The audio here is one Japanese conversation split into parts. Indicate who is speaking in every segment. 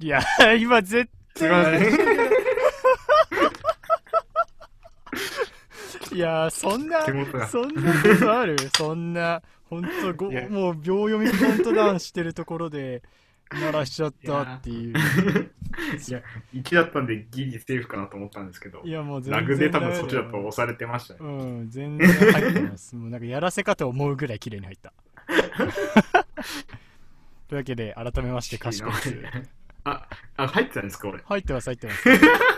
Speaker 1: いや、今絶
Speaker 2: すいません。
Speaker 1: 対、いや、そんな
Speaker 2: 手、元が。
Speaker 1: そんなことあるそんな、ほんとご、
Speaker 2: いや
Speaker 1: もう秒読みカウントダウンしてるところで、鳴らしちゃったっていう。
Speaker 2: いや、1だったんでギリセーフかなと思ったんですけど
Speaker 1: い、や、もう全然。
Speaker 2: ラグで多分そっちだと押されてましたね。
Speaker 1: うん、全然入ってます。もうなんかやらせかと思うぐらい綺麗に入 った。というわけで、改めまして、賢いです。
Speaker 2: あ、あ、入ってたんですか、俺。
Speaker 1: 入ってます、入ってます。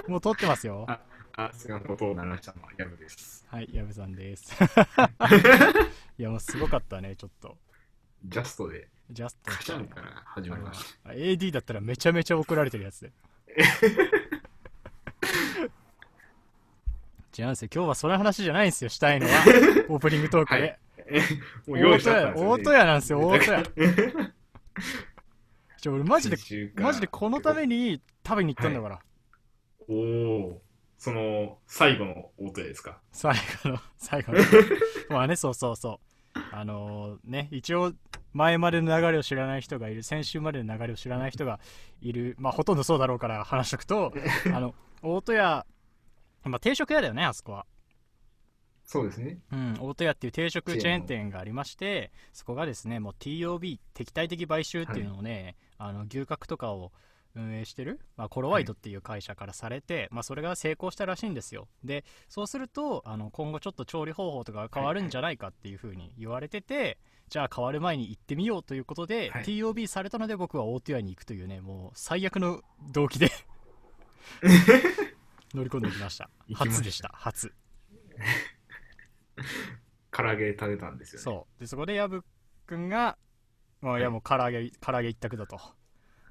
Speaker 1: もう撮ってますよ。
Speaker 2: あ、すいません、音を鳴らしたのはヤブです。
Speaker 1: はい、矢部さん です。いや、もうすごかったね、ちょっと。
Speaker 2: ジャストで、
Speaker 1: ジャスト
Speaker 2: カシャンから始まりました。
Speaker 1: あ AD だったらめちゃめちゃ怒られてるや つで。じゃあなんせ今日はその話じゃないんですよ、したい のは。オープニングトーク
Speaker 2: はい
Speaker 1: で。
Speaker 2: もう用
Speaker 1: 大
Speaker 2: 意しち
Speaker 1: 戸
Speaker 2: ゃった
Speaker 1: 屋、
Speaker 2: んですよ、
Speaker 1: 大
Speaker 2: ね。
Speaker 1: 戸屋なんですよ、大戸 屋。
Speaker 2: 屋。
Speaker 1: ちょ、俺 マジで
Speaker 2: 先、週から
Speaker 1: マジでこのために食べに行ったんだから。
Speaker 2: おお、その、最後の大戸屋ですか。
Speaker 1: 最後の、最後の。まあね、そうそうそう。あのーね、一応、前までの流れを知らない人がいる、先週までの流れを知らない人がいる、まあほとんどそうだろうから話しとくと、あの、大戸屋、まあ定食屋だよね、あそこは。
Speaker 2: そうですね。
Speaker 1: うん、大戸屋っていう定食チェーン店がありましてそこがですねもう TOB 敵対的買収っていうのをね、あの牛角とかを運営してる、まあ、コロワイドっていう会社からされて、まあ、それが成功したらしいんですよでそうするとあの今後ちょっと調理方法とかが変わるんじゃないかっていうふうに言われてて、じゃあ変わる前に行ってみようということで、
Speaker 2: はい
Speaker 1: TOB されたので僕は大戸屋に行くというねもう最悪の動 機で乗り込んできました
Speaker 2: 行きました
Speaker 1: 初でした初
Speaker 2: 唐揚げ食べたんですよね。
Speaker 1: そうでそこで薮君が「まあ、いや
Speaker 2: はい
Speaker 1: もう唐揚げ唐揚げ一択だと」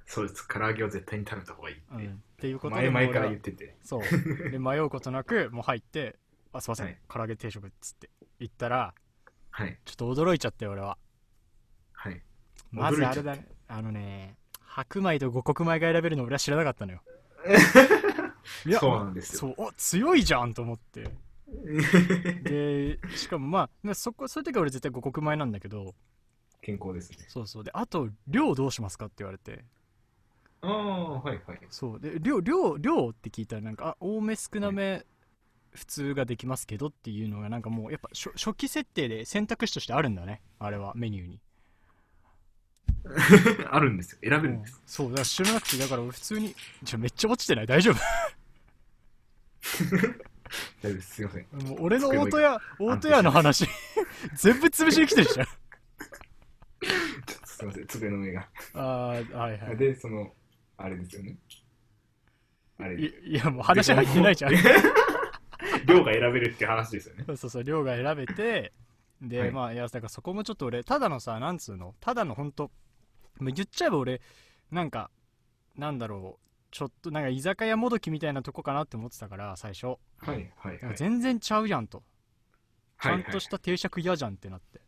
Speaker 2: そうです。唐揚げを絶対に食べた方がいいって。
Speaker 1: うんっていうこと
Speaker 2: 前
Speaker 1: で
Speaker 2: 々から
Speaker 1: もう
Speaker 2: 言ってて。
Speaker 1: 俺は そうで迷うことなくもう入って「あすいません、
Speaker 2: はい
Speaker 1: 唐揚げ定食」っつって行ったら
Speaker 2: はい。
Speaker 1: ちょっと驚いちゃったよ俺は
Speaker 2: はい。
Speaker 1: まず
Speaker 2: 驚いちゃ
Speaker 1: あ
Speaker 2: った
Speaker 1: れだねあのね白米と五穀米が選べるの俺は知らなかったのよい
Speaker 2: そうなんです
Speaker 1: そ
Speaker 2: よ。
Speaker 1: うお強いじゃんと思って でしかもまあそこそういう時は俺絶対五穀米なんだけど
Speaker 2: 健康ですね。
Speaker 1: そうそうであと量どうしますかって言われて
Speaker 2: ああ、はいはい。
Speaker 1: そうで量量量って聞いたらなんかあ多め少なめ普通ができますけどっていうのがなんかもうやっぱ初初期設定で選択肢としてあるんだねあれはメニューに、
Speaker 2: あるんですよ。選べるんです。
Speaker 1: そうだから知らなくてだから俺普通にじゃめっちゃ落ちてない大丈 夫
Speaker 2: 大丈夫です。すいません。
Speaker 1: もう俺の大戸屋大戸屋の話 全部潰しに来てるじゃん
Speaker 2: ちょっとすいません。机の上が。
Speaker 1: あーはいはい
Speaker 2: で、その、あれですよね。あれ。
Speaker 1: いいやもう話入ってないじゃん
Speaker 2: で。 量が選べるって話ですよね。
Speaker 1: そうそうそう量が選べ てで、
Speaker 2: はい
Speaker 1: まあいやだからそこもちょっと俺ただのさなんつうのただのほんともう言っちゃえば俺なんかなんだろうちょっとなんか居酒屋もどきみたいなとこかなって思ってたから最初、
Speaker 2: はいはい
Speaker 1: なん
Speaker 2: は
Speaker 1: か
Speaker 2: い。
Speaker 1: 全然ちゃうやんと、
Speaker 2: はいはい
Speaker 1: ちゃんとした定食嫌じゃんってなって、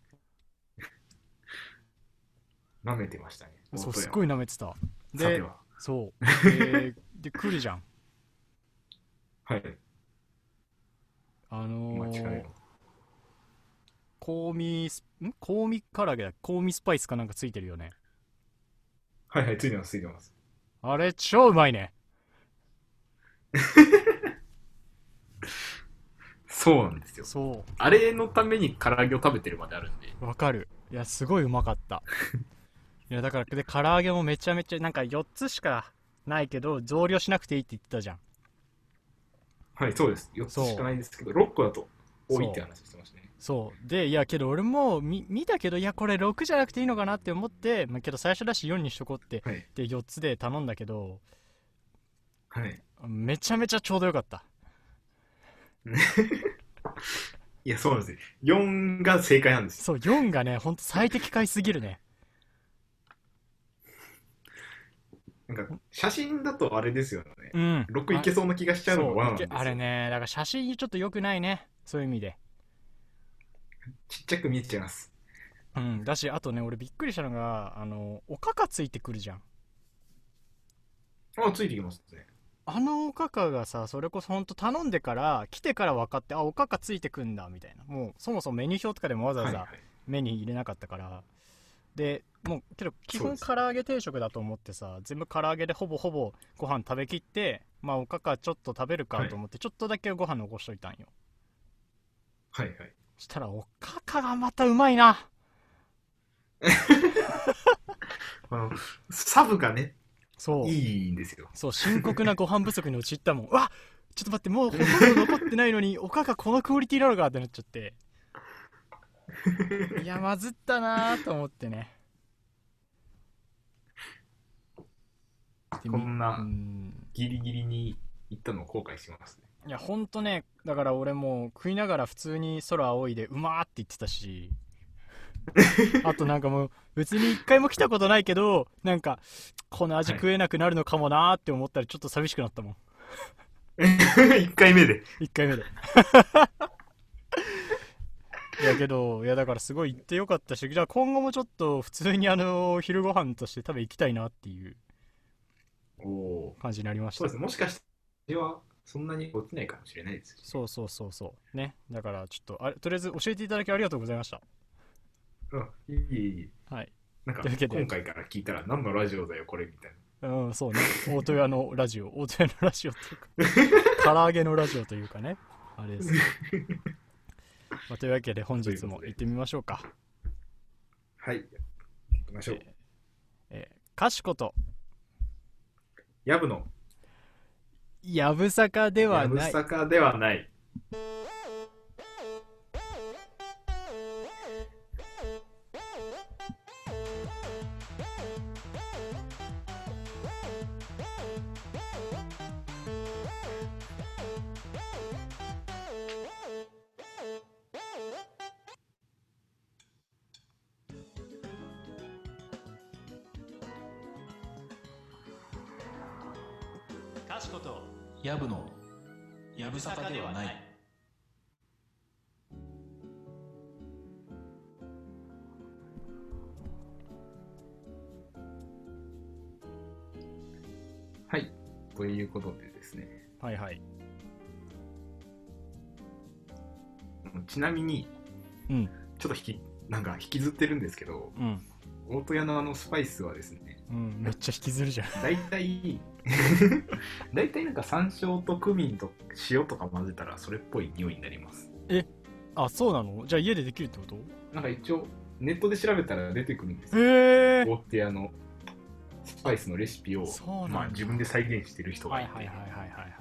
Speaker 2: 舐めてましたね。
Speaker 1: そうす
Speaker 2: い。
Speaker 1: ごい舐めてた
Speaker 2: さて
Speaker 1: で
Speaker 2: は。
Speaker 1: そう でで来るじゃん
Speaker 2: はい。
Speaker 1: あ
Speaker 2: お
Speaker 1: の
Speaker 2: 待ちかね
Speaker 1: ー、香味スん香味唐揚げだ香味スパイスかなんかついてるよね
Speaker 2: はいはい、ついてます、ついてます。
Speaker 1: あれ超うまいね
Speaker 2: そうなんですよ。
Speaker 1: そ
Speaker 2: あれのために唐揚げを食べてるまであるんで。
Speaker 1: うわかるいやすごいうまかった いやだからで唐揚げもめちゃめちゃなんか4つしかないけど増量しなくていいって言ってたじゃん
Speaker 2: はい、そうです。4つ
Speaker 1: そう
Speaker 2: しかないですけど、6個だと多いって話してましたね。
Speaker 1: そうでいやけど俺も見見たけどいやこれ6じゃなくていいのかなって思って、まあ、けど最初だし4にしとこうって
Speaker 2: はい。
Speaker 1: で4つで頼んだけど
Speaker 2: はい。
Speaker 1: めちゃめちゃちょうどよかった
Speaker 2: いや、そうなんですよ。4が正解なんですよ。
Speaker 1: そう4がねほんと最適解すぎるね
Speaker 2: なんか、写真だとあれですよね。
Speaker 1: うん
Speaker 2: 6いけそうな気がしちゃうのが罠な
Speaker 1: そ
Speaker 2: んで
Speaker 1: う
Speaker 2: すよ
Speaker 1: あれねだから写真ちょっと良くないねそういう意味で
Speaker 2: ちっちゃく見えちゃいます。
Speaker 1: うんだしあとね俺びっくりしたのがあのおかかついてくるじゃん
Speaker 2: あ、ついてきますね。
Speaker 1: あのおかかがさそれこそほんと頼んでから来てから分かってあおかかついてくんだみたいなもうそもそもメニュー表とかでもわざわ
Speaker 2: はい、
Speaker 1: ざ
Speaker 2: はい。
Speaker 1: メニュー入れなかったから、でもうけど基
Speaker 2: そう
Speaker 1: 本
Speaker 2: です
Speaker 1: 唐揚げ定食だと思ってさ全部唐揚げでほぼほぼご飯食べきってまあおかかちょっと食べるか
Speaker 2: はい
Speaker 1: と思ってちょっとだけご飯残しといたんよ
Speaker 2: はいはい。
Speaker 1: そしたらおかかがまたうまいな
Speaker 2: あの、サブがね、
Speaker 1: そう
Speaker 2: いいんですよ。
Speaker 1: そう深刻なご飯不足に陥ったもんうわちょっと待ってもうほと んど残ってないのにおかかこのクオリティなのかってなっちゃっていやまずったなーと思ってねで
Speaker 2: こんな
Speaker 1: うん
Speaker 2: ギリギリに行ったのを後悔しますね。
Speaker 1: いやほんとねだから俺もう食いながら普通に空仰いでうまーって言ってたしあとなんかもう別に一回も来たことないけどなんかこの味食えなくなるのかもなーって思ったらちょっと寂しくなったもん
Speaker 2: 1回目で。
Speaker 1: 1回目でいやけどいやだからすごい行ってよかったしじゃあ今後もちょっと普通にあの昼ご飯として食べ行きたいなっていう
Speaker 2: おおー。
Speaker 1: 感じになりまし
Speaker 2: そう
Speaker 1: た
Speaker 2: ですね。もしかしては、そんなに落ちないかもしれないですし。
Speaker 1: そうそうそうそうねだからちょっとあれとりあえず教えていただきありがとうございました
Speaker 2: うん、いいいいいい。
Speaker 1: はい
Speaker 2: なんか、
Speaker 1: というわけで
Speaker 2: 今回から聞いたら、何のラジオだよ、これ、みたい
Speaker 1: うんそうね大戸屋のラジオ 大戸屋のラジオっていうか唐揚げのラジオというかねあれ ですけどまあというわけで本日も行ってみましょうか
Speaker 2: な。はい。行きましょう。
Speaker 1: えーかしこと
Speaker 2: やぶの、
Speaker 1: やぶさかでは
Speaker 2: やぶ
Speaker 1: ない
Speaker 2: さかではない。
Speaker 1: かしこと
Speaker 3: やぶのやぶさかではない
Speaker 2: はい。ということでですね。
Speaker 1: はいはい
Speaker 2: ちなみに、
Speaker 1: うん
Speaker 2: ちょっと引き、なんか引きずってるんですけど、
Speaker 1: うん
Speaker 2: 大戸屋のあのスパイスはですね、
Speaker 1: うん、めっちゃ引きずるじゃん。
Speaker 2: 大体、 大体なんか山椒とクミンと塩とか混ぜたらそれっぽい匂いになります。
Speaker 1: あ、そうなのじゃあ家でできるってこと
Speaker 2: なんか一応、ネットで調べたら出てくるんですよ。
Speaker 1: へ
Speaker 2: 大手屋のスパイスのレシピを
Speaker 1: そうなん、だ
Speaker 2: まあ自分で再現してる人が
Speaker 1: はい
Speaker 2: い
Speaker 1: はいはいはい
Speaker 2: て、
Speaker 1: はいはい。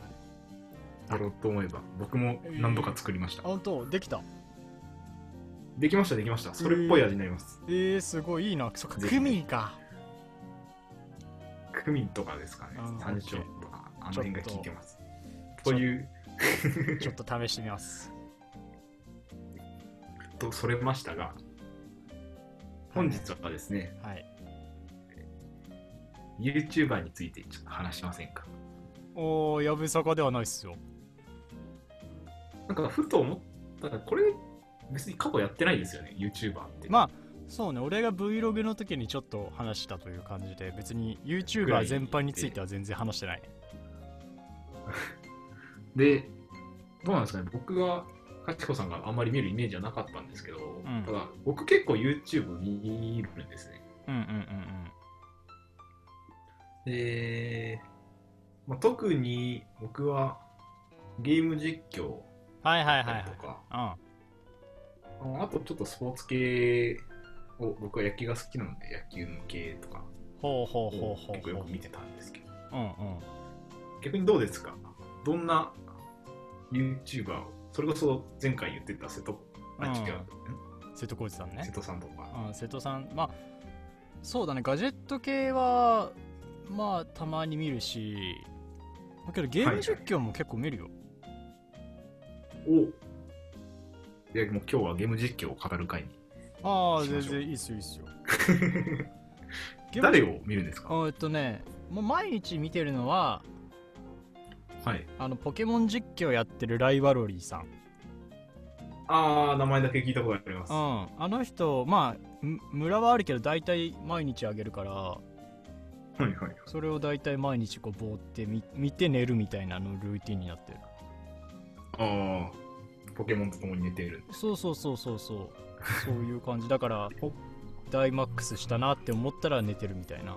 Speaker 2: やろうと思えば、僕も何度か作りまし
Speaker 1: あ、
Speaker 2: た。
Speaker 1: 本当できた。
Speaker 2: できました、できました。それっぽい味になります。
Speaker 1: えー、すごいいいな。そっか、クミンか。
Speaker 2: クミンとかですかね
Speaker 1: あー、
Speaker 2: 山椒
Speaker 1: OK
Speaker 2: とか、あの辺が効いてま
Speaker 1: ち
Speaker 2: す。
Speaker 1: ょっと
Speaker 2: という、
Speaker 1: ちょっと試してみ ます。
Speaker 2: とそれましたが、本日はですね、
Speaker 1: はい。
Speaker 2: YouTuber についてちょっと話しませんか
Speaker 1: おー、やぶさかではないっすよ。
Speaker 2: なんかふと思ったらこれ別に過去やってないですよね YouTuber って
Speaker 1: まあ、そうね、俺が Vlog の時にちょっと話したという感じで、別に YouTuber 全般については全然話してない。
Speaker 2: でどうなんですかね僕がかちこさんがあんまり見るイメージはなかったんですけど、
Speaker 1: ん
Speaker 2: ただ僕結構 YouTube 見るんですね
Speaker 1: うんうんうん
Speaker 2: で、まあ、特に僕はゲーム実況
Speaker 1: うん。はいはいはい
Speaker 2: だった
Speaker 1: はい
Speaker 2: りと。か、
Speaker 1: うん。
Speaker 2: ああとちょっとスポーツ系を僕は野球が好きなので野球の系とか
Speaker 1: ほうほうほ
Speaker 2: を
Speaker 1: うほ
Speaker 2: 結
Speaker 1: う
Speaker 2: 構よ
Speaker 1: ほう
Speaker 2: く。見てたんですけど
Speaker 1: うんうん。
Speaker 2: 逆にどうですかどんな YouTuber をそれこそ前回言ってた瀬戸あ、
Speaker 1: うん
Speaker 2: 違う
Speaker 1: 瀬戸康史さんね
Speaker 2: 瀬。戸さんとか
Speaker 1: うん、瀬戸さんまあそうだねガジェット系はまあたまに見るしだけどゲーム実況も結構見るよ、
Speaker 2: をでもう今日はゲーム実況を語る会に
Speaker 1: ああ
Speaker 2: しま
Speaker 1: 全
Speaker 2: しょう
Speaker 1: 然いいっすよいいっすよ ゲーム
Speaker 2: 誰を見るんですか
Speaker 1: あえっとねもう毎日見てるのは
Speaker 2: はい
Speaker 1: あのポケモン実況やってるライバロリーさん、うん、
Speaker 2: ああ名前だけ聞いたことあります
Speaker 1: あの人まあむ村はあるけど大体毎日あげるから
Speaker 2: はいはい
Speaker 1: それを大体毎日こうぼーって見見て寝るみたいなのルーティンになってる
Speaker 2: ああポケモンと共に寝ている
Speaker 1: そうそうそうそうそうそういう感じだからダイマックスしたなって思ったら寝てるみたいな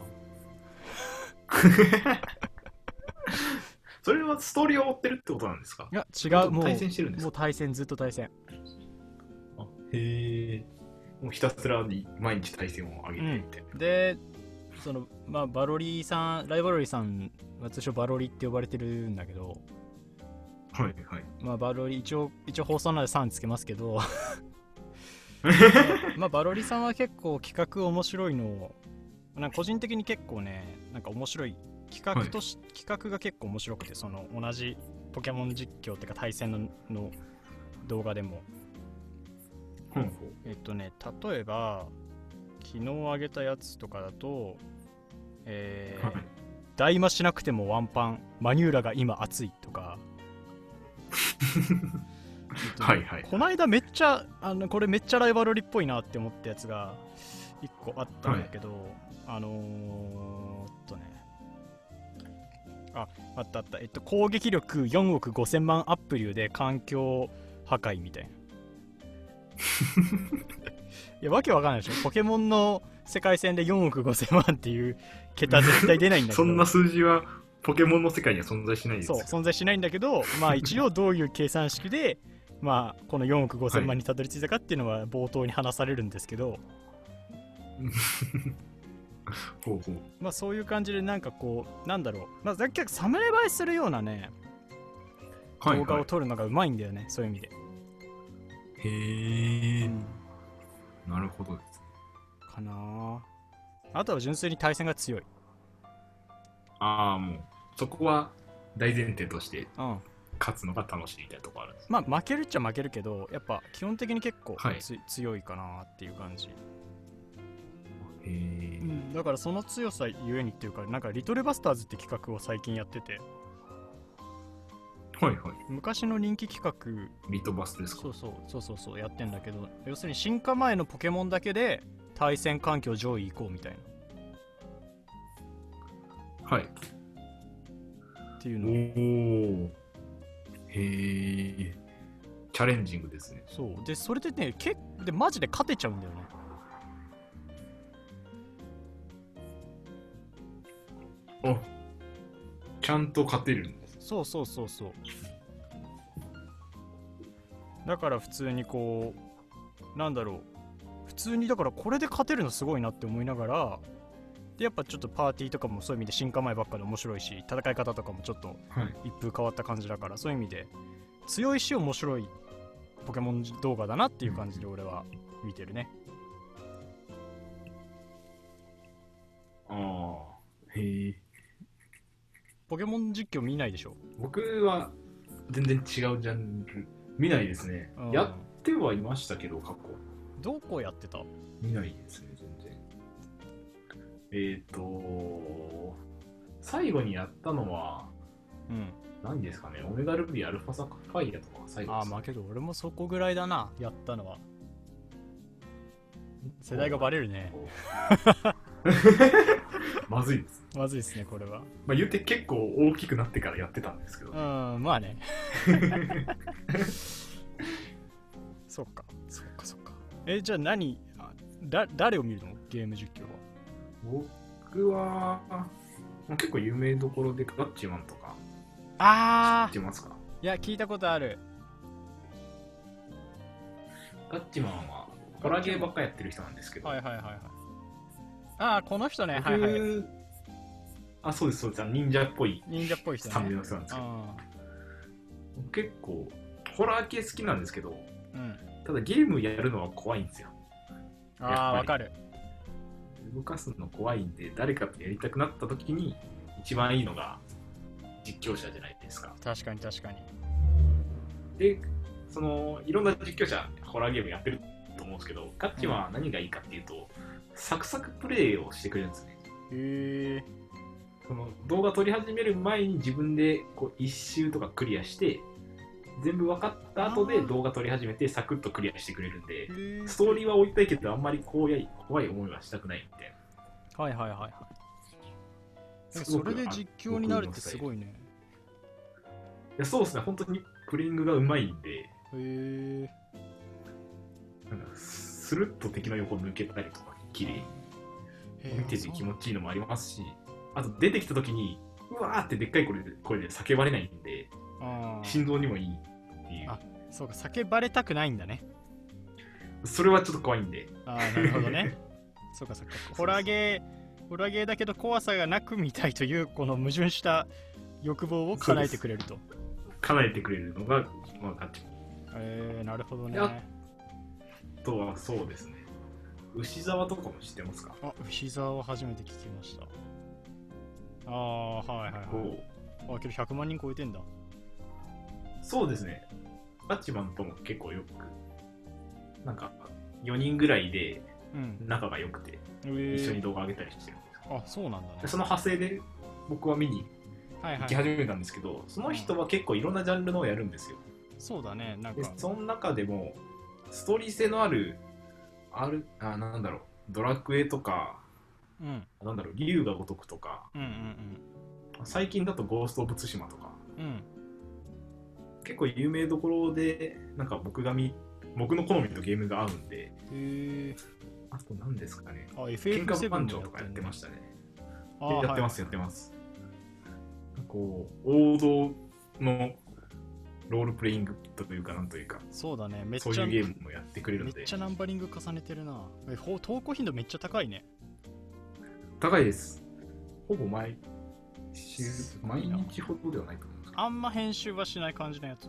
Speaker 2: それはストーリーを追ってるってことなんですか
Speaker 1: いや違うもう
Speaker 2: 対戦してるんです
Speaker 1: もう
Speaker 2: か
Speaker 1: 対戦ずっと対戦
Speaker 2: へえもうひたすらに毎日対戦を上げていって、
Speaker 1: でそのまあバロリーさんライバロリーさんは通称バロリーって呼ばれてるんだけど
Speaker 2: はいはい
Speaker 1: まあバロリー一応一応放送なので3つけますけ どまあバロリーさんは結構企画面白いのをなんか個人的に結構ねなんか面白い企画とし、企画が結構面白くてその同じポケモン実況っていうか対戦のの動画でも
Speaker 2: ほうほ
Speaker 1: えっとね、例えば、昨日あげたやつとかだと、え
Speaker 2: う
Speaker 1: ー
Speaker 2: はい
Speaker 1: 大魔しなくてもワンパン、マニューラが今熱いと か、えっとね
Speaker 2: はいはい
Speaker 1: この間めっちゃ、あのこれめっちゃライバルリっぽいなって思ったやつが1個あったんだけど、あのー、えっとね、あ、あったあった、えっと、攻撃力4億5000万アップ流で環境破壊みたいな。いやわけわかんないでしょポケモンの世界戦で4億5000万っていう桁絶対出ないんだけど
Speaker 2: そんな数字はポケモンの世界には存在しないです
Speaker 1: そう
Speaker 2: よ
Speaker 1: 存在しないんだけど、 まあ、一応どういう計算式で、まあ、この4億5000万にたどり着いたかっていうのは冒頭に話されるんですけど、
Speaker 2: ほうほう
Speaker 1: まあ、そういう感じでなんかこうなんだろう、まあ、結局サムネ映えするようなね
Speaker 2: はい
Speaker 1: 動画
Speaker 2: は
Speaker 1: を撮るのがうまいんだよね、そういう意味で、
Speaker 2: いへ
Speaker 1: う
Speaker 2: え
Speaker 1: ん
Speaker 2: なるほどですね
Speaker 1: かなああとは純粋に対戦が強い、
Speaker 2: ああもうそこは大前提として
Speaker 1: うん、
Speaker 2: 勝つのが楽しいみたいなところあるんです
Speaker 1: まあ負けるっちゃ負けるけどやっぱ基本的に結構つ、
Speaker 2: はい
Speaker 1: 強いかなっていう感じ、
Speaker 2: へえ
Speaker 1: うん、だからその強さゆえにっていうかなんか「リトルバスターズ」って企画を最近やってて
Speaker 2: はいはい
Speaker 1: 昔の人気企
Speaker 2: リトバスで
Speaker 1: 画
Speaker 2: すか
Speaker 1: そうそうそうそうそうやってんだけど要するに進化前のポケモンだけで対戦環境上位行こうみたいな
Speaker 2: はい
Speaker 1: っていうのを
Speaker 2: おおへえチャレンジングですね
Speaker 1: そうでそれでねけでマジで勝てちゃうんだよね
Speaker 2: あちゃんと勝てるんです
Speaker 1: そうそうそうそうだから普通にこうなんだろう普通にだからこれで勝てるのすごいなって思いながらでやっぱちょっとパーティーとかもそういう意味で進化前ばっかで面白いし戦い方とかもちょっと
Speaker 2: はい
Speaker 1: 一風変わった感じだからそういう意味で強いし面白いポケモン動画だなっていう感じで俺は見てるね
Speaker 2: ああへえ
Speaker 1: ポケモン実況見ないでしょ
Speaker 2: 僕は全然違うジャンル見ないですね、
Speaker 1: うん
Speaker 2: やってはいましたけど過去
Speaker 1: どこやってた
Speaker 2: 見ないですね全然えっ、ー、と最後にやったのは
Speaker 1: うん
Speaker 2: 何ですかねオメガルビーアルファサファイアとかが最後
Speaker 1: あ
Speaker 2: で
Speaker 1: あ
Speaker 2: す
Speaker 1: まあけど俺もそこぐらいだなやったのは世代がバレるね
Speaker 2: こう まずいです、
Speaker 1: まずいですねこれは
Speaker 2: まあ、言うて結構大きくなってからやってたんですけど、
Speaker 1: うんまあ ねそっかそっかそっかえじゃあ何あだ誰を見るのゲーム実況は
Speaker 2: 僕はまあ結構有名どころでガッチマンとか知
Speaker 1: ああ
Speaker 2: ってますか
Speaker 1: いや聞いたことある
Speaker 2: ガッチマンはホラーゲーばっかやってる人なんですけど、
Speaker 1: はいはいはいはいああこの人ね
Speaker 2: 僕
Speaker 1: はいはい
Speaker 2: あそうですそうですあ忍者っぽい
Speaker 1: 忍者っぽい人
Speaker 2: スタミナ
Speaker 1: ね
Speaker 2: の人なんですけど、
Speaker 1: あ
Speaker 2: 結構ホラー系好きなんですけど
Speaker 1: ーうん
Speaker 2: ただゲームやるのは怖いんですよ
Speaker 1: あーわかる
Speaker 2: 動かすの怖いんで誰かとやりたくなった時に一番いいのが実況者じゃないですか
Speaker 1: 確かに確かに
Speaker 2: でそのいろんな実況者ホラーゲームやってると思うんですけどガッチマンは何がいいかっていうと、サクサクプレイをしてくれるんですね
Speaker 1: へえ
Speaker 2: その動画撮り始める前に自分でこう一周とかクリアして全部分かった後
Speaker 1: あ
Speaker 2: で
Speaker 1: ー
Speaker 2: 動画撮り始めてサクッとクリアしてくれるんで
Speaker 1: ー
Speaker 2: ストーリーは置いたいけどあんまり怖い怖い思いはしたくないみたいな
Speaker 1: はいはいはいはい
Speaker 2: す
Speaker 1: そ
Speaker 2: ごく
Speaker 1: れで実況になるってすごいね
Speaker 2: いやそうですね本当にプレイングがうまいんで
Speaker 1: へえ
Speaker 2: なんかスルッと敵の横抜けたりとかきり
Speaker 1: へー
Speaker 2: 見てて気持ちいいのもありますしあと出てきた時にうわーってでっかい声で声で叫ばれないんで
Speaker 1: あー
Speaker 2: 心臓にもいいってい
Speaker 1: あ
Speaker 2: う
Speaker 1: そうか叫ばれたくないんだね
Speaker 2: それはちょっと怖いんで
Speaker 1: ああなるほど ねそうかそうかホラーゲーホラーゲーだけど怖さがなくみたいというこの矛盾した欲望を叶えてくれると
Speaker 2: 叶えてくれるのが、まあ、ガチ
Speaker 1: えー、なるほどね
Speaker 2: いやあとはそうですね牛沢とかも知ってますか
Speaker 1: あ牛沢を初めて聞きましたああはいはいはい
Speaker 2: こう
Speaker 1: あけど100万人超えてんだ
Speaker 2: そうですねバッチマンとも結構よくなんか4人ぐらいで
Speaker 1: うん
Speaker 2: 仲が良くて
Speaker 1: え
Speaker 2: 一緒に
Speaker 1: ー、
Speaker 2: 動画上げたりしてるんですよ
Speaker 1: あそうなんだね
Speaker 2: でその派生で僕は見に
Speaker 1: はいは
Speaker 2: 行
Speaker 1: い
Speaker 2: き始めたんですけどその人は結構いろんなジャンルのをやるんですよ
Speaker 1: そうだねなん
Speaker 2: で
Speaker 1: か
Speaker 2: その中でもストーリー性のあるあるあなんだろうドラクエとか
Speaker 1: うんうん
Speaker 2: なんだろう竜が如くとか
Speaker 1: うん
Speaker 2: 最近だとゴースト・オブ・ツシマとか
Speaker 1: うんうん
Speaker 2: 結構有名どころでなんか僕が見僕の好みとゲームが合うんで
Speaker 1: へえ
Speaker 2: あと何ですかね
Speaker 1: あ FF7
Speaker 2: 喧嘩番長とかやってましたね
Speaker 1: た
Speaker 2: やってますやってますこう王道のロールプレイングというかなんというか
Speaker 1: そうだねめっち
Speaker 2: そ
Speaker 1: ゃ
Speaker 2: ういうゲームもやってくれる
Speaker 1: め
Speaker 2: の
Speaker 1: っ
Speaker 2: で
Speaker 1: ちゃナンバリング重ねてるなえほ投稿頻度めっちゃ高いね
Speaker 2: 高いですほぼ毎週
Speaker 1: すご
Speaker 2: 毎
Speaker 1: いな
Speaker 2: 日ほどではないと思うんですけど
Speaker 1: あんま編集はしない感じのやつ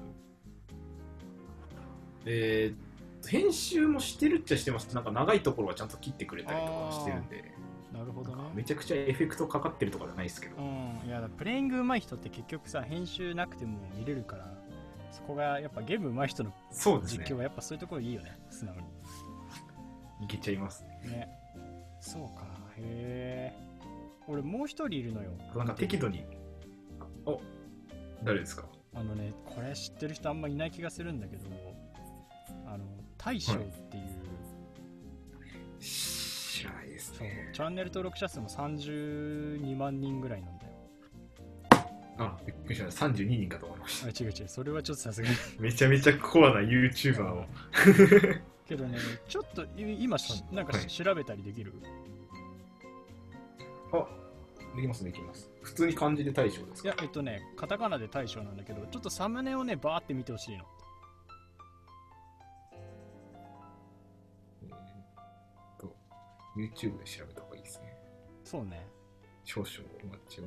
Speaker 2: えー編集もしてるっちゃしてますなんか長いところはちゃんと切ってくれたりとかはしてるんで
Speaker 1: なるほど
Speaker 2: め
Speaker 1: ね
Speaker 2: ちゃくちゃエフェクトかかってるとかじゃないですけど
Speaker 1: うんいやだプレイング上手い人って結局さ編集なくても見れるからそこがやっぱゲーム上手い人の
Speaker 2: そうですね
Speaker 1: 実況はやっぱそういうところいいよね素直に
Speaker 2: いけちゃいます
Speaker 1: ねそうかへえ俺もう一人いるのよ
Speaker 2: なんか適度にお誰ですか
Speaker 1: あのねこれ知ってる人あんまいない気がするんだけどあの大将っていう、
Speaker 2: 知らないです
Speaker 1: そうチャンネル登録者数も32万人ぐらいなんだよ
Speaker 2: あびっくりした32人かと思いまし
Speaker 1: あ違う違うそれはちょっとさすがに
Speaker 2: た めちゃめちゃコアな YouTuber を
Speaker 1: けどねちょっとい今しなんかし調べたりできる
Speaker 2: あできますできます普通に漢字で大将です
Speaker 1: いや
Speaker 2: か
Speaker 1: えっとねカタカナで大将なんだけどちょっとサムネをねバーって見てほしいの
Speaker 2: えーっと YouTube で調べた方がいいですね
Speaker 1: そうね
Speaker 2: 少々お待ちを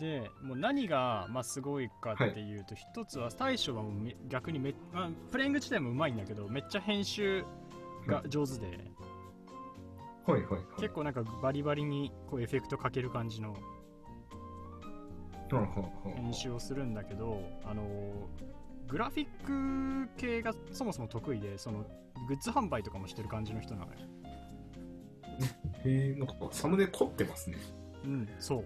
Speaker 1: でもう何が、まあ、すごいかっていうと、一つは大将はもうめ逆にめ、まあプレイング自体もうまいんだけどめっちゃ編集が上手で、
Speaker 2: はいはいはい
Speaker 1: 結構なんかバリバリにこうエフェクトかける感じの
Speaker 2: 構はあはあはあ
Speaker 1: 編集をするんだけど、あのグラフィック系がそもそも得意でそのグッズ販売とかもしてる感じの人なのよ
Speaker 2: へえなんかサムネ凝ってますね
Speaker 1: うんそう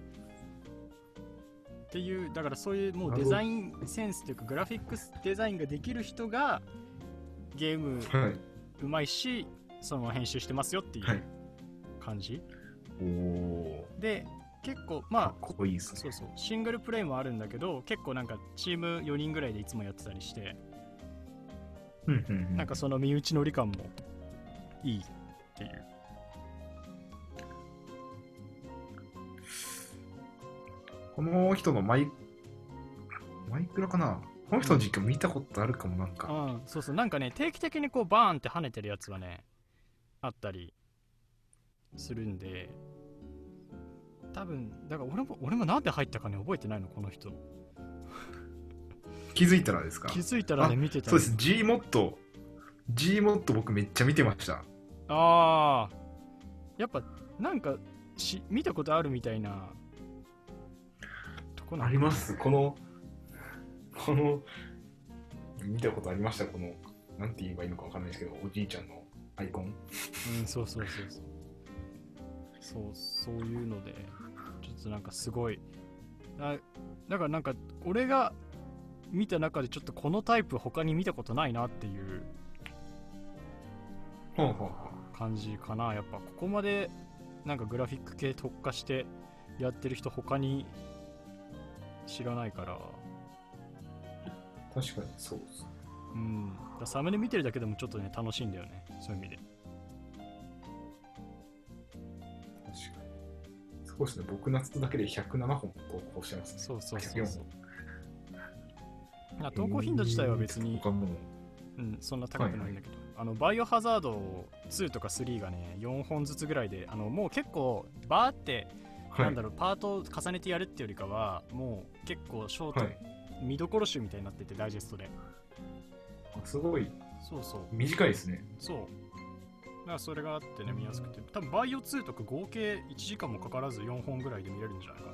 Speaker 1: っていうだからそういうもう
Speaker 2: なる
Speaker 1: デ
Speaker 2: ほど
Speaker 1: ザインセンスというかグラフィックスデザインができる人がゲーム
Speaker 2: はい、
Speaker 1: うまいしその編集してますよってい
Speaker 2: は
Speaker 1: う
Speaker 2: い、
Speaker 1: 感じ、
Speaker 2: おお
Speaker 1: で結構
Speaker 2: かっ
Speaker 1: まあ
Speaker 2: こいいですね
Speaker 1: そうそうシングルプレイもあるんだけど結構なんかチーム4人ぐらいでいつもやってたりして
Speaker 2: うんうんうん
Speaker 1: なんかその身内乗り感もいいっていう
Speaker 2: この人のマイマイクラかなこの人の実況見たことあるかもなんか、
Speaker 1: うんそうそうなんかね定期的にこうバーンって跳ねてるやつがねあったりするんで多分だから俺も俺もなんで入ったかね覚えてないのこの人
Speaker 2: 気づいたらですか
Speaker 1: 気づいたらね
Speaker 2: あ
Speaker 1: 見てた
Speaker 2: そうです G モッド G モッド僕めっちゃ見てました
Speaker 1: ああやっぱなんかし見たことあるみたいなとこなの
Speaker 2: すこのこの見たことありましたこのなんて言えばいいのかわかんないですけどおじいちゃんのアイコン
Speaker 1: うんそうそうそうそうそうそういうのでちょっとなんかすごいあだからなんか俺が見た中でちょっとこのタイプ他に見たことないなっていう
Speaker 2: ほうほうほ
Speaker 1: 感じかなやっぱここまでなんかグラフィック系特化してやってる人他に知らないから
Speaker 2: う確かにそうです
Speaker 1: うんだからサムネ見てるだけでもちょっとね楽しいんだよねそういう意味で
Speaker 2: すごいですね。僕夏だけで107本投稿してますね。
Speaker 1: そうそうそ
Speaker 2: 104
Speaker 1: う
Speaker 2: 本
Speaker 1: そうまあ投稿頻度自体は別に
Speaker 2: えー、とかもう
Speaker 1: うん、そんな高くないんだけど、あのバイオハザード2とか3がね4本ずつぐらいであのもう結構バーって、
Speaker 2: はい、
Speaker 1: なんだろうパートを重ねてやるっていうよりかはもう結構ショート、
Speaker 2: はい。
Speaker 1: 見どころ集みたいになっててダイジェストで
Speaker 2: あすごい
Speaker 1: そうそう
Speaker 2: 短いですね。
Speaker 1: そうだからそれがあってね見やすくて多分バイオ2とか合計1時間もかからず4本ぐらいで見れるんじゃないかな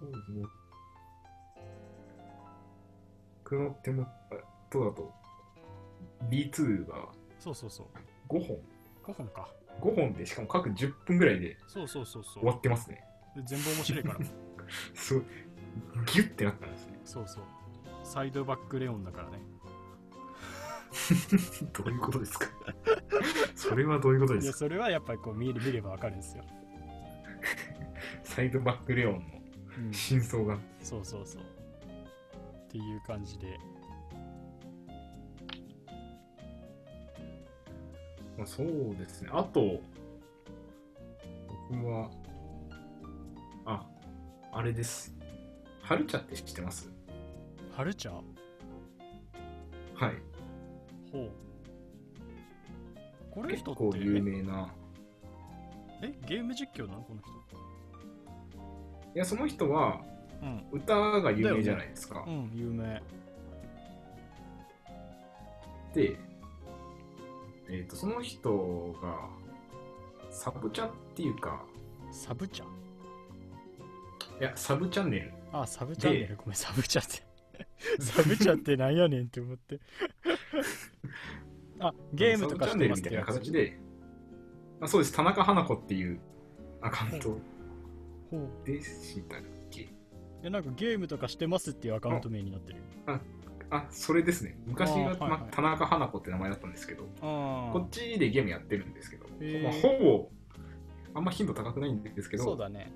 Speaker 2: そうですね。僕の手元だと B2 が
Speaker 1: そうそうそう
Speaker 2: 5本。
Speaker 1: 5本か
Speaker 2: 5本でしかも各10分ぐらいで
Speaker 1: そうそうそうそ
Speaker 2: 終わ
Speaker 1: う
Speaker 2: ってますね。
Speaker 1: で全部面白い から
Speaker 2: すごい。ギュッてなったんですね。
Speaker 1: そうそうサイドバックレオンだからね
Speaker 2: どういうことですか それはどういうことで
Speaker 1: い
Speaker 2: す
Speaker 1: や
Speaker 2: か
Speaker 1: それはやっぱりこう見る見ればわかるんですよ、
Speaker 2: サイドバックレオンの
Speaker 1: うん、
Speaker 2: 真相が。
Speaker 1: そうそうそうっていう感じで
Speaker 2: まあ、そうですね。あと、僕は、あ、あれです。春茶って知ってます
Speaker 1: 春茶ほ
Speaker 2: はい。
Speaker 1: うこれ
Speaker 2: 結
Speaker 1: 人っ
Speaker 2: 構
Speaker 1: て
Speaker 2: 有名な。
Speaker 1: ええゲーム実況なのこの人
Speaker 2: いや、その人は
Speaker 1: うん
Speaker 2: 歌が有名じゃないですか。
Speaker 1: うん有名
Speaker 2: で、えっ、と、その人が、サブチャっていうか、
Speaker 1: サブ茶
Speaker 2: いや、サブチャンネル。
Speaker 1: あサブチャンネルごめんサブチャってサブチャってなんやねんって思って あゲームとか
Speaker 2: サ
Speaker 1: し
Speaker 2: ブ
Speaker 1: て
Speaker 2: チャンネル
Speaker 1: ま
Speaker 2: み
Speaker 1: す
Speaker 2: た
Speaker 1: け
Speaker 2: い
Speaker 1: ど
Speaker 2: な形で、あそうです、田中花子っていうアカウント
Speaker 1: ほう
Speaker 2: でしたっけ
Speaker 1: えなんかゲームとかしてますっていうアカウント名になってる
Speaker 2: あ、それですね。昔
Speaker 1: あ
Speaker 2: は、
Speaker 1: ーはいはい
Speaker 2: まあ田中花子って名前だったんですけど、
Speaker 1: あ
Speaker 2: こっちでゲームやってるんですけど、
Speaker 1: へー
Speaker 2: まあ、ほぼ、あんま頻度高くないんですけ
Speaker 1: そう
Speaker 2: ど、
Speaker 1: だね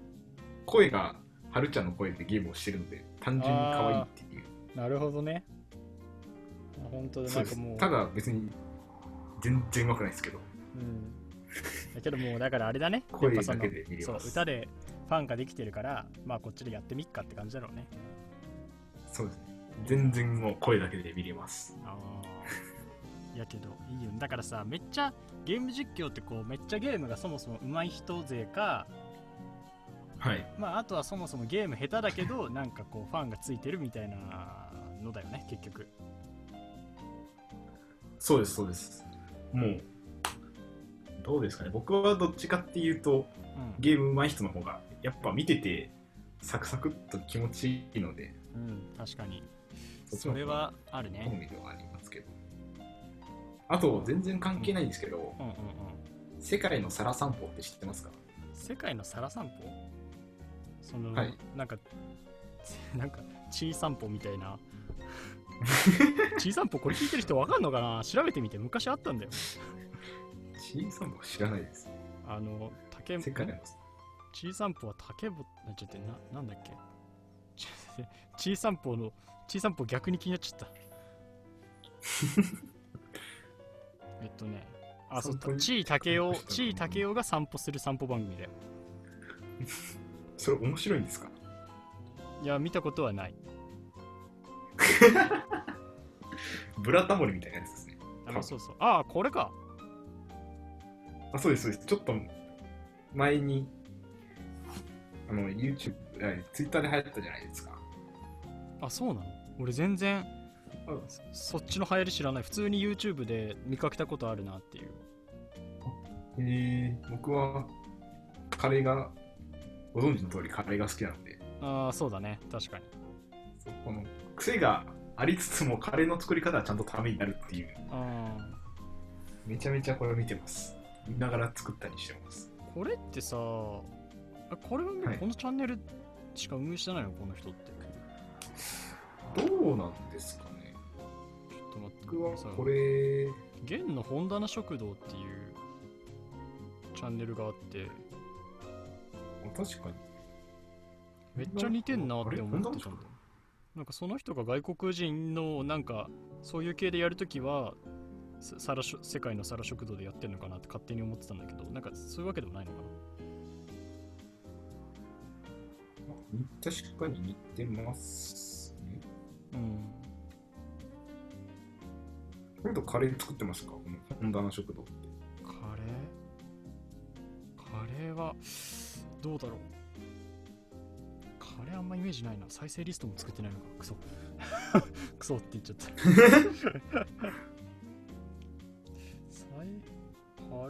Speaker 2: 声が、はるちゃんの声でゲームをしてるので、単純に可愛いっていう。
Speaker 1: なるほどね本当で
Speaker 2: そ
Speaker 1: な
Speaker 2: うんで
Speaker 1: か
Speaker 2: す
Speaker 1: もう
Speaker 2: ただ別に全然うまくないですけど
Speaker 1: うん、だけどもうだからあれだね
Speaker 2: 声
Speaker 1: やっぱそ
Speaker 2: だ
Speaker 1: の
Speaker 2: けで見れ
Speaker 1: そう
Speaker 2: ます
Speaker 1: 歌でファンができてるからまあこっちでやってみっかって感じだろうね
Speaker 2: そうですね全然もう声だけで見れます
Speaker 1: ああやけどいいよねだからさめっちゃゲーム実況ってこうめっちゃゲームがそもそも上手い人勢か
Speaker 2: はい
Speaker 1: まああとはそもそもゲーム下手だけどなんかこうファンがついてるみたいなのだよね結局
Speaker 2: そうですそうですもうどうですかね僕はどっちかっていうと
Speaker 1: うん、
Speaker 2: ゲーム上手い人の方がやっぱ見ててサクサクっと気持ちいいので
Speaker 1: うん、確かに
Speaker 2: そっち
Speaker 1: そ
Speaker 2: の
Speaker 1: れ
Speaker 2: 方が
Speaker 1: はある
Speaker 2: 好
Speaker 1: ね
Speaker 2: みではありますけどあと全然関係ないんですけど
Speaker 1: うんうんうん
Speaker 2: 「世界の皿散歩」って知ってますか
Speaker 1: 世界の皿散歩その、
Speaker 2: はい
Speaker 1: なんか なんか小散歩みたい な小散歩これ聞いてる人わかんのかな調べてみて昔あったんだよ
Speaker 2: 小さんも知らないです
Speaker 1: あの竹
Speaker 2: 世界の
Speaker 1: 小散歩は竹ぼなちょっとななんだっけ ちょっと待って小散歩の小散歩逆に気になっちゃっ たえっとねあそう
Speaker 2: 散歩に
Speaker 1: ちいたけお
Speaker 2: 散歩したの
Speaker 1: ちいたけおが散歩する散歩番組だよ
Speaker 2: それ面白いんですか
Speaker 1: いや見たことはない
Speaker 2: ブラタモリみたいなやつですね多
Speaker 1: あ
Speaker 2: 分
Speaker 1: そうそうああこれか
Speaker 2: あそうですそうですちょっと前にあの YouTube え Twitter で流行ったじゃないですか
Speaker 1: あそうなの俺全然
Speaker 2: うん
Speaker 1: そそっちの流行り知らない普通に YouTube で見かけたことあるなっていう
Speaker 2: へえ僕はカレーがご存知の通りカレーが好きなので
Speaker 1: ああそうだね確かに
Speaker 2: そこの癖がありつつもカレーの作り方はちゃんとためになるっていう
Speaker 1: ああ
Speaker 2: めちゃめちゃこれを見てます見ながら作ったりしてます
Speaker 1: これってさあこれはも
Speaker 2: は
Speaker 1: う
Speaker 2: い
Speaker 1: このチャンネルしか運営してないのこの人って
Speaker 2: どうなんですかね
Speaker 1: ちょっと待って
Speaker 2: 僕は
Speaker 1: さ
Speaker 2: これ
Speaker 1: 現の本棚食堂っていうチャンネルがあって
Speaker 2: 確かに
Speaker 1: めっちゃ似てんなって思ってたの
Speaker 2: あれ本当なんですか
Speaker 1: なんかその人が外国人のなんかそういう系でやるときはさサラショ世界のサラ食堂でやってるのかなって勝手に思ってたんだけどなんかそういうわけでもないのかな
Speaker 4: 確かに似てますね。
Speaker 1: うん
Speaker 4: 今度カレー作ってますかこの本棚食堂って。
Speaker 1: カレーカレーはどうだろうカレーあんまイメージないな再生リストも作ってないのかクソ クソって言っちゃった 再カ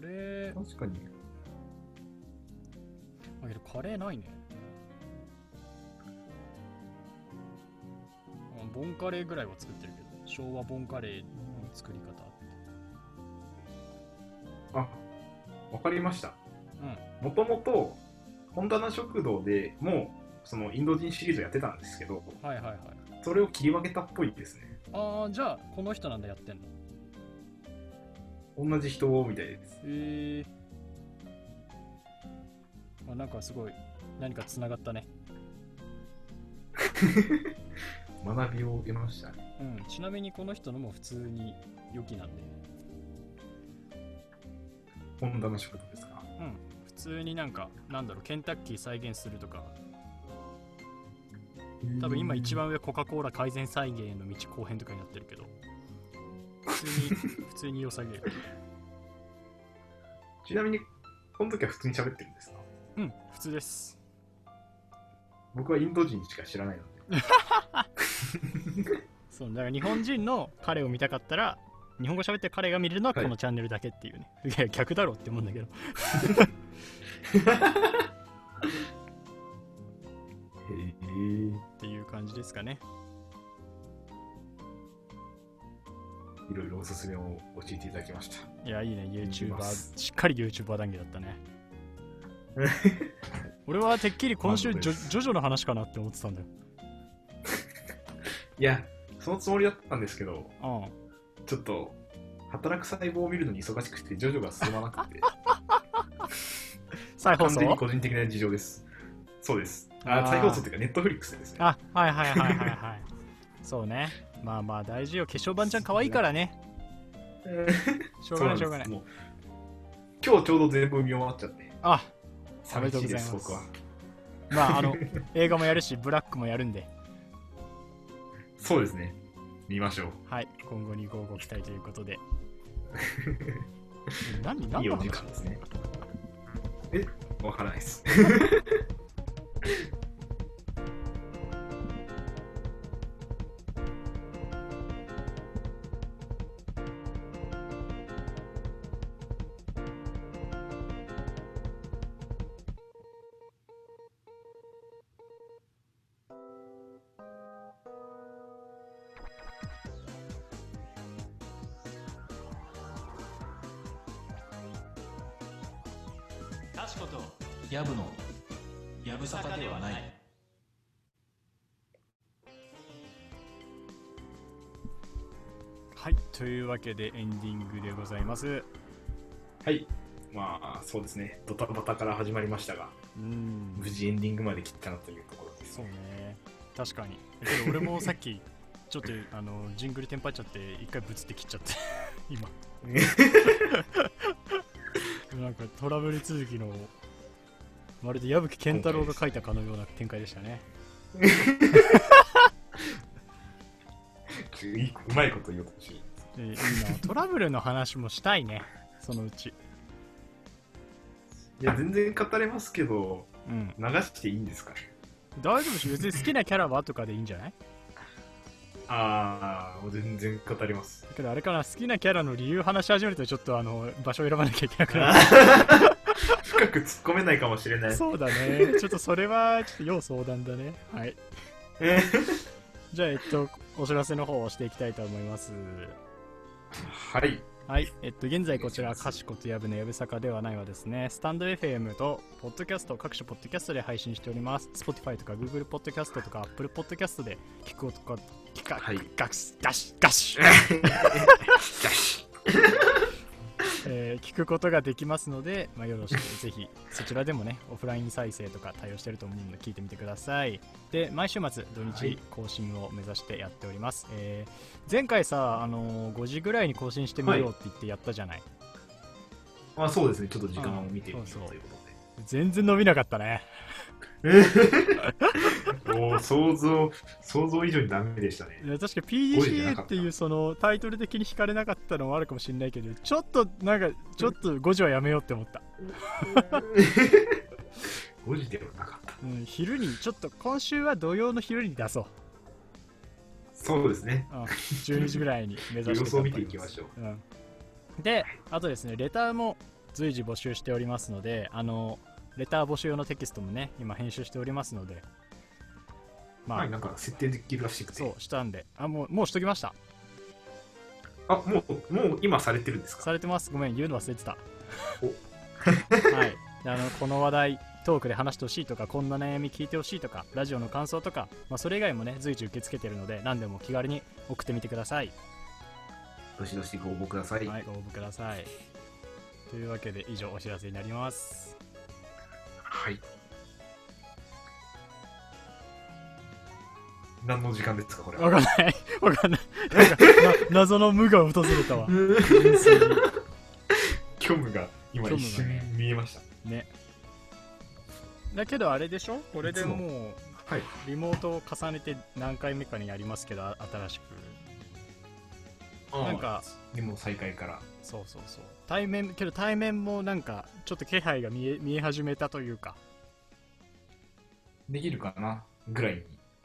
Speaker 1: レー
Speaker 4: 確かに。
Speaker 1: あけどカレーないねあボンカレーぐらいは作ってるけど昭和ボンカレーの作り方
Speaker 4: あ、
Speaker 2: わかりました
Speaker 1: うん
Speaker 2: もともと本棚食堂でもうそのインド人シリーズやってたんですけど
Speaker 1: はいはいはい
Speaker 2: それを切り分けたっぽいですね
Speaker 1: ああじゃあこの人なんだやってんの
Speaker 2: 同じ人みたいです
Speaker 1: えー、あなんかすごい何かつながったね、
Speaker 2: 学びを受けましたね
Speaker 1: うん、ちなみにこの人のも普通に良きなんで、
Speaker 2: 本棚食堂ですか
Speaker 1: うん、普通になんかなんだろうケンタッキー再現するとか多分今一番上コカ・コーラ改善再現への道後編とかになってるけど普 通に普通に良さげ
Speaker 2: ちなみにこの時は普通に喋ってるんですか
Speaker 1: うん普通です
Speaker 2: 僕はインド人しか知らないので
Speaker 1: そうだから日本人の彼を見たかったら日本語喋ってる彼が見れるのはこのチャンネルだけっていうね、いや逆だろって思うんだけど
Speaker 2: へ
Speaker 1: っていう感じですかね
Speaker 2: えいろいろおすすめを教えていただきました
Speaker 1: いや、いいね、
Speaker 2: きま
Speaker 1: YouTuber
Speaker 2: す、
Speaker 1: しっかり YouTuber 談義だった ね。俺はてっきり今週
Speaker 2: 満
Speaker 1: ジ
Speaker 2: 足で
Speaker 1: ョ、ジョジョの話かなって思ってたんだよ。
Speaker 2: いやそのつもりだったんですけど
Speaker 1: う
Speaker 2: ちょっと働く細胞を見るのに忙しくて徐々が進まな くて
Speaker 1: ん。再放
Speaker 2: 完
Speaker 1: 送
Speaker 2: 全に個人的な事情ですそうです
Speaker 1: あ
Speaker 2: あ
Speaker 1: ー
Speaker 2: 再放送っていうかネットフリックスですね
Speaker 1: あ、はいはいはいはいはい。 そうね。まあまあ大事よ。化粧板ちゃん可愛いから ね。しょう
Speaker 2: そう
Speaker 1: がなん
Speaker 2: な
Speaker 1: いしょ
Speaker 2: です
Speaker 1: うがない。
Speaker 2: もう今日ちょうど全部見終わっちゃって
Speaker 1: あ、おめで
Speaker 2: 寂
Speaker 1: とうご
Speaker 2: しい
Speaker 1: ざいま
Speaker 2: で
Speaker 1: す
Speaker 2: す僕は
Speaker 1: まああの、 映画もやるし、ブラックもやるんで、
Speaker 2: そうですね見ましょう
Speaker 1: はい、今後にごご期待ということ で。何何
Speaker 2: いい
Speaker 1: の
Speaker 2: お
Speaker 1: 話
Speaker 2: 時間ですねえわからないです
Speaker 3: タシコとヤブのやぶさかではない
Speaker 1: はい、というわけでエンディングでございます。
Speaker 2: はい まあそうですねドタバタから始まりましたが
Speaker 1: うん
Speaker 2: 無事エンディングまで切ったなというところです
Speaker 1: そうね確かにけど俺もさっきちょっとあのジングルテンパっちゃって一回ブツって切っちゃって 今なんかトラブル続きのまるで矢吹健太郎が書いたかのような展開でしたね
Speaker 2: いいうまいこと言おうとしてる
Speaker 1: えーいいなトラブルの話もしたいねそのうち
Speaker 2: いや全然語れますけど
Speaker 1: うん
Speaker 2: 流していいんですかね
Speaker 1: 大丈夫でしょ別に好きなキャラはとかでいいんじゃない
Speaker 2: ああもう全然語ります
Speaker 1: だけどあれかな好きなキャラの理由話し始めるとちょっとあの場所を選ばなきゃいけなくなる
Speaker 2: 深く突っ込めないかもしれない
Speaker 1: そうだね。ちょっとそれは、ちょっと要相談だね。はい。じゃあ、えっと、お知らせの方をしていきたいと思います。
Speaker 2: はい
Speaker 1: はい。えっと、現在こちら、かしことやぶのやぶさかではないはですね、スタンド FM と、ポッドキャスト、各種ポッドキャストで配信しております。Spotify とか Google ポッドキャストとか Apple ポッドキャストで聞くとか、聞か、
Speaker 2: はい
Speaker 1: ガッシュガッシュガッシュ
Speaker 2: よし
Speaker 1: えー聞くことができますので、まあ、よろしくぜひそちらでもねオフライン再生とか対応してると思うので聞いてみてくださいで毎週末土
Speaker 2: はい
Speaker 1: 日更新を目指してやっております、えー前回さ、あのー5時ぐらいに更新してみようって言ってやったじゃない、
Speaker 2: まあそうですね、ちょっと時間を見てみよう
Speaker 1: そうそう
Speaker 2: ということで。
Speaker 1: 全然伸びなかったね
Speaker 2: おー想像、想像以上にダメでしたね
Speaker 1: い。や確か
Speaker 2: 5時じゃな
Speaker 1: PDCA
Speaker 2: かった
Speaker 1: っていうそのタイトル的に惹かれなかったのもあるかもしれないけどちょっとなんかちょっと5時はやめようって思った、
Speaker 2: 5時ではなかった。
Speaker 1: うん、昼にちょっと今週は土曜の昼に出そう
Speaker 2: そうですね。
Speaker 1: うん12時ぐらいに目
Speaker 2: 様
Speaker 1: 指して
Speaker 2: 子を見ていきましょう。
Speaker 1: う、うん、であとですねレターも随時募集しておりますのであのレター募集用のテキストもね今編集しておりますのでまあ、
Speaker 2: はい、なんか設定できるらしくて。
Speaker 1: そうしたんであもうもうしときました
Speaker 2: あ、もう、もう今されてるんですか
Speaker 1: されてますごめん言うの忘れてた
Speaker 2: お
Speaker 1: はいであのこの話題トークで話してほしいとかこんな悩み聞いてほしいとかラジオの感想とか、まあ、それ以外もね随時受け付けてるので何でも気軽に送ってみてください
Speaker 2: どしどしご応募ください。
Speaker 1: はい、ご応募ください。というわけで以上お知らせになります。
Speaker 2: はい。何の時間ですか、これ
Speaker 1: わ
Speaker 2: は。
Speaker 1: かんない、 わかんない。 な謎の無が訪れたわ。
Speaker 2: 虚無が今
Speaker 1: 虚無がね
Speaker 2: 一瞬見えました。
Speaker 1: ね。だけどあれでしょこれで
Speaker 2: い
Speaker 1: も
Speaker 2: はい。
Speaker 1: うリモートを重ねて何回目かにやりますけどあ新しくなんか
Speaker 2: でも再開から。
Speaker 1: そうそうそう対面けど対面もなんかちょっと気配が見え見え始めたというか
Speaker 2: できるかなぐらいに。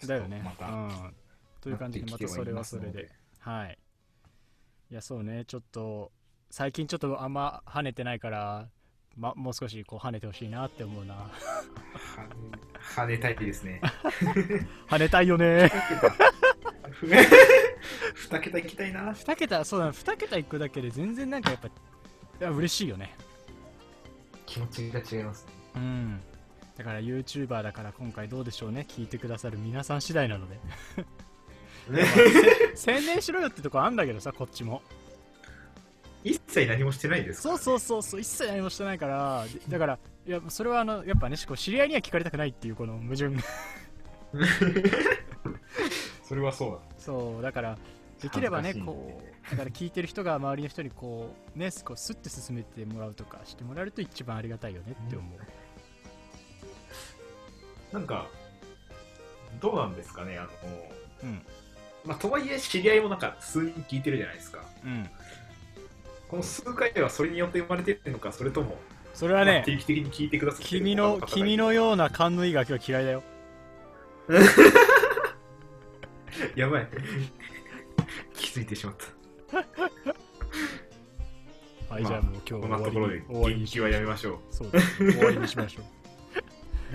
Speaker 1: だよね
Speaker 2: また、
Speaker 1: うん、という感じでまたそれはそれではい。いや、そうね、ちょっと、最近ちょっとあんま跳ねてないから、ま、もう少しこう跳ねてほしいなって思うな。
Speaker 2: は跳ねたいで すね。
Speaker 1: 跳ねたいよね。
Speaker 2: 二桁いきたいな。
Speaker 1: 2桁、そうだ、2桁いくだけで全然なんかやっぱ、いや、嬉しいよね。
Speaker 2: 気持ちが違いますね。
Speaker 1: うん。だから YouTuber だから今回どうでしょうね、聞いてくださる皆さん次第なので。 宣伝しろよってとこあんだけどさ、こっちも。
Speaker 2: 一切何もしてないですか
Speaker 1: そうそうそうそう一切何もしてないからでだからいやそれはあのやっぱねこう知り合いには聞かれたくないっていうこの矛盾
Speaker 2: それはそうだ。
Speaker 1: そうだからできればね
Speaker 2: 恥ずかしい
Speaker 1: こうだから聞いてる人が周りの人にこうねこうスッて進めてもらうとかしてもらえると一番ありがたいよねって思う、
Speaker 2: なんか、どうなんですかね、あの、
Speaker 1: うん
Speaker 2: まあ、とはいえ知り合いもなんか数人聞いてるじゃないですか。
Speaker 1: うん、
Speaker 2: この数回はそれによって生まれてるのか、それとも、
Speaker 1: それは
Speaker 2: ま
Speaker 1: ね
Speaker 2: あ定期的に聞いてくださってる
Speaker 1: 君の
Speaker 2: 他方がいる
Speaker 1: 君のような勘のいい楽器は嫌いだよ
Speaker 2: やばい。気づいてしまった。
Speaker 1: はい、
Speaker 2: まあ
Speaker 1: じゃあもう今
Speaker 2: こん
Speaker 1: 日は
Speaker 2: なと
Speaker 1: 終
Speaker 2: こ
Speaker 1: わ
Speaker 2: ろ
Speaker 1: り
Speaker 2: で
Speaker 1: に終わり
Speaker 2: 元
Speaker 1: に
Speaker 2: 気
Speaker 1: し
Speaker 2: はやめましょう。
Speaker 1: そうだ終わりにしましょ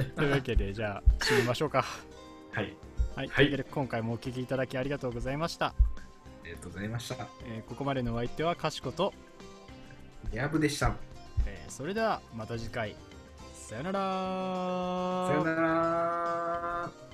Speaker 1: うというわけでじゃあ締めましょうか
Speaker 2: はい。
Speaker 1: はい、
Speaker 2: は
Speaker 1: と
Speaker 2: い
Speaker 1: いうわけで今回もお聞きいただきありがとうございました、
Speaker 2: ありがとうございました。
Speaker 1: えーここまでのお相手はかしこと、
Speaker 2: ヤブでした。
Speaker 1: えーそれではまた次回さよなら
Speaker 2: さよなら。